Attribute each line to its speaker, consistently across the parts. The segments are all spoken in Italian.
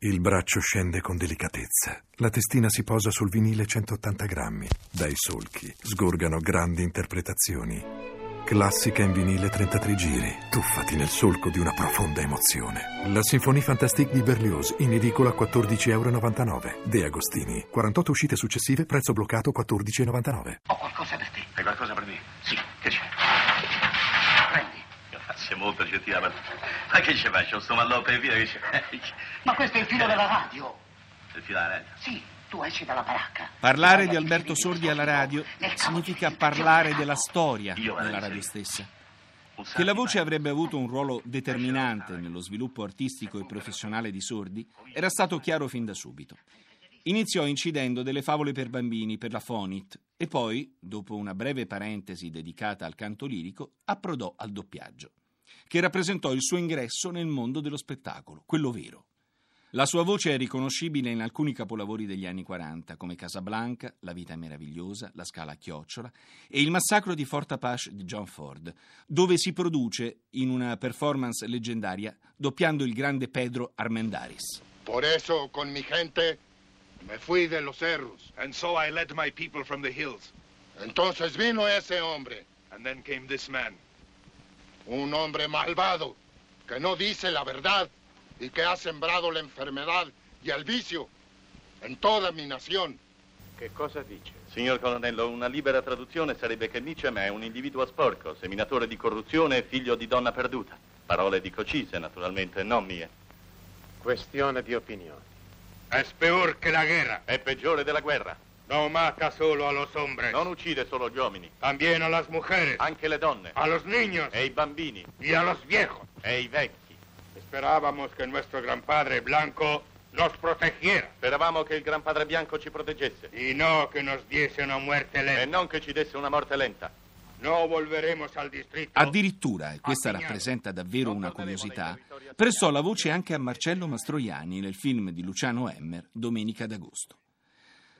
Speaker 1: Il braccio scende con delicatezza. La testina si posa sul vinile 180 grammi. Dai solchi sgorgano grandi interpretazioni. Classica in vinile 33 giri. Tuffati nel solco di una profonda emozione. La Symphonie Fantastique di Berlioz in edicola 14,99 euro. De Agostini. 48 uscite successive, prezzo bloccato 14,99.
Speaker 2: Ho qualcosa per te.
Speaker 3: Hai qualcosa per me?
Speaker 2: Sì, che c'è? Prendi.
Speaker 3: Grazie, molto gentile. Ma, ma che ci faccio? Sto malloppo in via che ci faccio?
Speaker 2: Ma questo è il filo della radio.
Speaker 3: Il filo alla radio.
Speaker 2: Sì, tu esci dalla baracca. Guarda,
Speaker 4: Parlare di
Speaker 2: ti
Speaker 4: Alberto
Speaker 2: vedi
Speaker 4: Sordi
Speaker 2: nel
Speaker 4: alla
Speaker 2: fuoco,
Speaker 4: radio
Speaker 2: nel capo
Speaker 4: significa
Speaker 2: di un
Speaker 4: parlare
Speaker 2: giornale.
Speaker 4: della storia
Speaker 3: Io vado
Speaker 4: della
Speaker 3: in
Speaker 4: radio
Speaker 3: giro.
Speaker 4: stessa.
Speaker 3: Un sacco
Speaker 4: Che la
Speaker 3: di
Speaker 4: voce
Speaker 3: pane.
Speaker 4: avrebbe avuto un ruolo determinante nello sviluppo artistico e professionale di Sordi era stato chiaro fin da subito. Iniziò incidendo delle favole per bambini per la Fonit e poi, dopo una breve parentesi dedicata al canto lirico, approdò al doppiaggio, che rappresentò il suo ingresso nel mondo dello spettacolo, quello vero. La sua voce è riconoscibile in alcuni capolavori degli anni 40, come Casablanca, La vita è meravigliosa, La scala a chiocciola e Il massacro di Fort Apache di John Ford, dove si produce in una performance leggendaria doppiando il grande Pedro Armendaris.
Speaker 5: Por eso con mi gente me fui de los cerros.
Speaker 6: And so I led my people from the hills.
Speaker 5: Entonces vino ese hombre,
Speaker 6: And then came this man.
Speaker 5: un hombre malvado, que no dice la verdad y que ha sembrado la enfermedad y el vicio en toda mi nación.
Speaker 7: Che cosa dice?
Speaker 3: Signor colonnello, una libera traduzione sarebbe che Nicem è un individuo sporco, seminatore di corruzione e figlio di donna perduta. Parole di Cocise, naturalmente, non mie.
Speaker 7: Questione di opinione.
Speaker 8: Es peor que la guerra.
Speaker 3: È peggiore della guerra.
Speaker 8: No mata solo a los hombres,
Speaker 3: Non uccide solo gli uomini,
Speaker 8: también a las mujeres,
Speaker 3: anche le donne,
Speaker 8: a los niños
Speaker 3: e i bambini,
Speaker 8: y a los viejos.
Speaker 3: e i vecchi.
Speaker 8: Esperábamos que nuestro gran padre blanco nos protegiera
Speaker 3: Speravamo che il Gran Padre Bianco ci proteggesse
Speaker 8: y no que nos diese una muerte
Speaker 3: e
Speaker 8: lenta.
Speaker 3: non che ci desse una morte lenta.
Speaker 8: No volveremos al distrito.
Speaker 4: Addirittura, e questa rappresenta davvero una curiosità, prestò la voce anche a Marcello Mastroianni nel film di Luciano Emmer, Domenica d'agosto.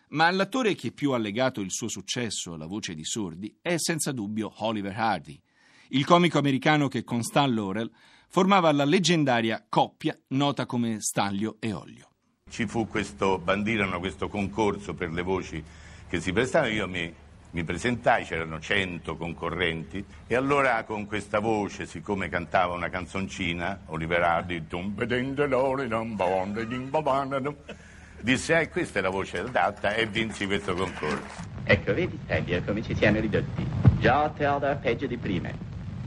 Speaker 4: Ma l'attore che più ha legato il suo successo alla voce di sordi è senza dubbio Oliver Hardy, il comico americano che con Stan Laurel formava la leggendaria coppia nota come Stanlio e Ollio.
Speaker 9: Ci fu questo, bandirono questo concorso per le voci che si prestavano, io mi, mi presentai, c'erano 100 concorrenti e allora con questa voce, siccome cantava una canzoncina, Oliverardi, disse, eh, questa è la voce adatta e vinsi questo concorso.
Speaker 10: Ecco, vedi, Stanley, come ci siamo ridotti. Già Teodor peggio di prima.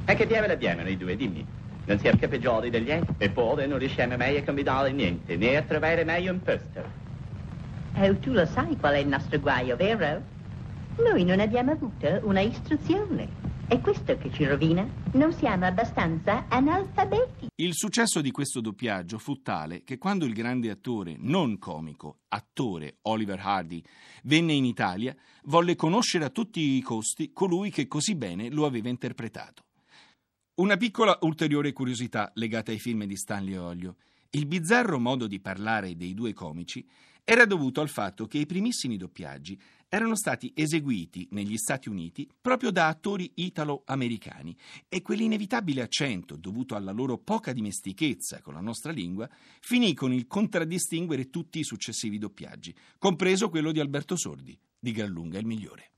Speaker 10: Ma che diavolo abbiamo noi due, dimmi? Non siamo che peggiori degli altri, eppure non riusciamo mai a combinare niente, né a trovare mai un posto.
Speaker 11: Oh, tu lo sai qual è il nostro guaio, vero? Noi non abbiamo avuto una istruzione. È questo che ci rovina. Non siamo abbastanza analfabeti.
Speaker 4: Il successo di questo doppiaggio fu tale che quando il grande attore, non comico, attore Oliver Hardy, venne in Italia, volle conoscere a tutti i costi colui che così bene lo aveva interpretato. Una piccola ulteriore curiosità legata ai film di Stanley Olio. Il bizzarro modo di parlare dei due comici era dovuto al fatto che i primissimi doppiaggi erano stati eseguiti negli Stati Uniti proprio da attori italo-americani e quell'inevitabile accento dovuto alla loro poca dimestichezza con la nostra lingua finì con il contraddistinguere tutti i successivi doppiaggi, compreso quello di Alberto Sordi, di gran lunga il migliore.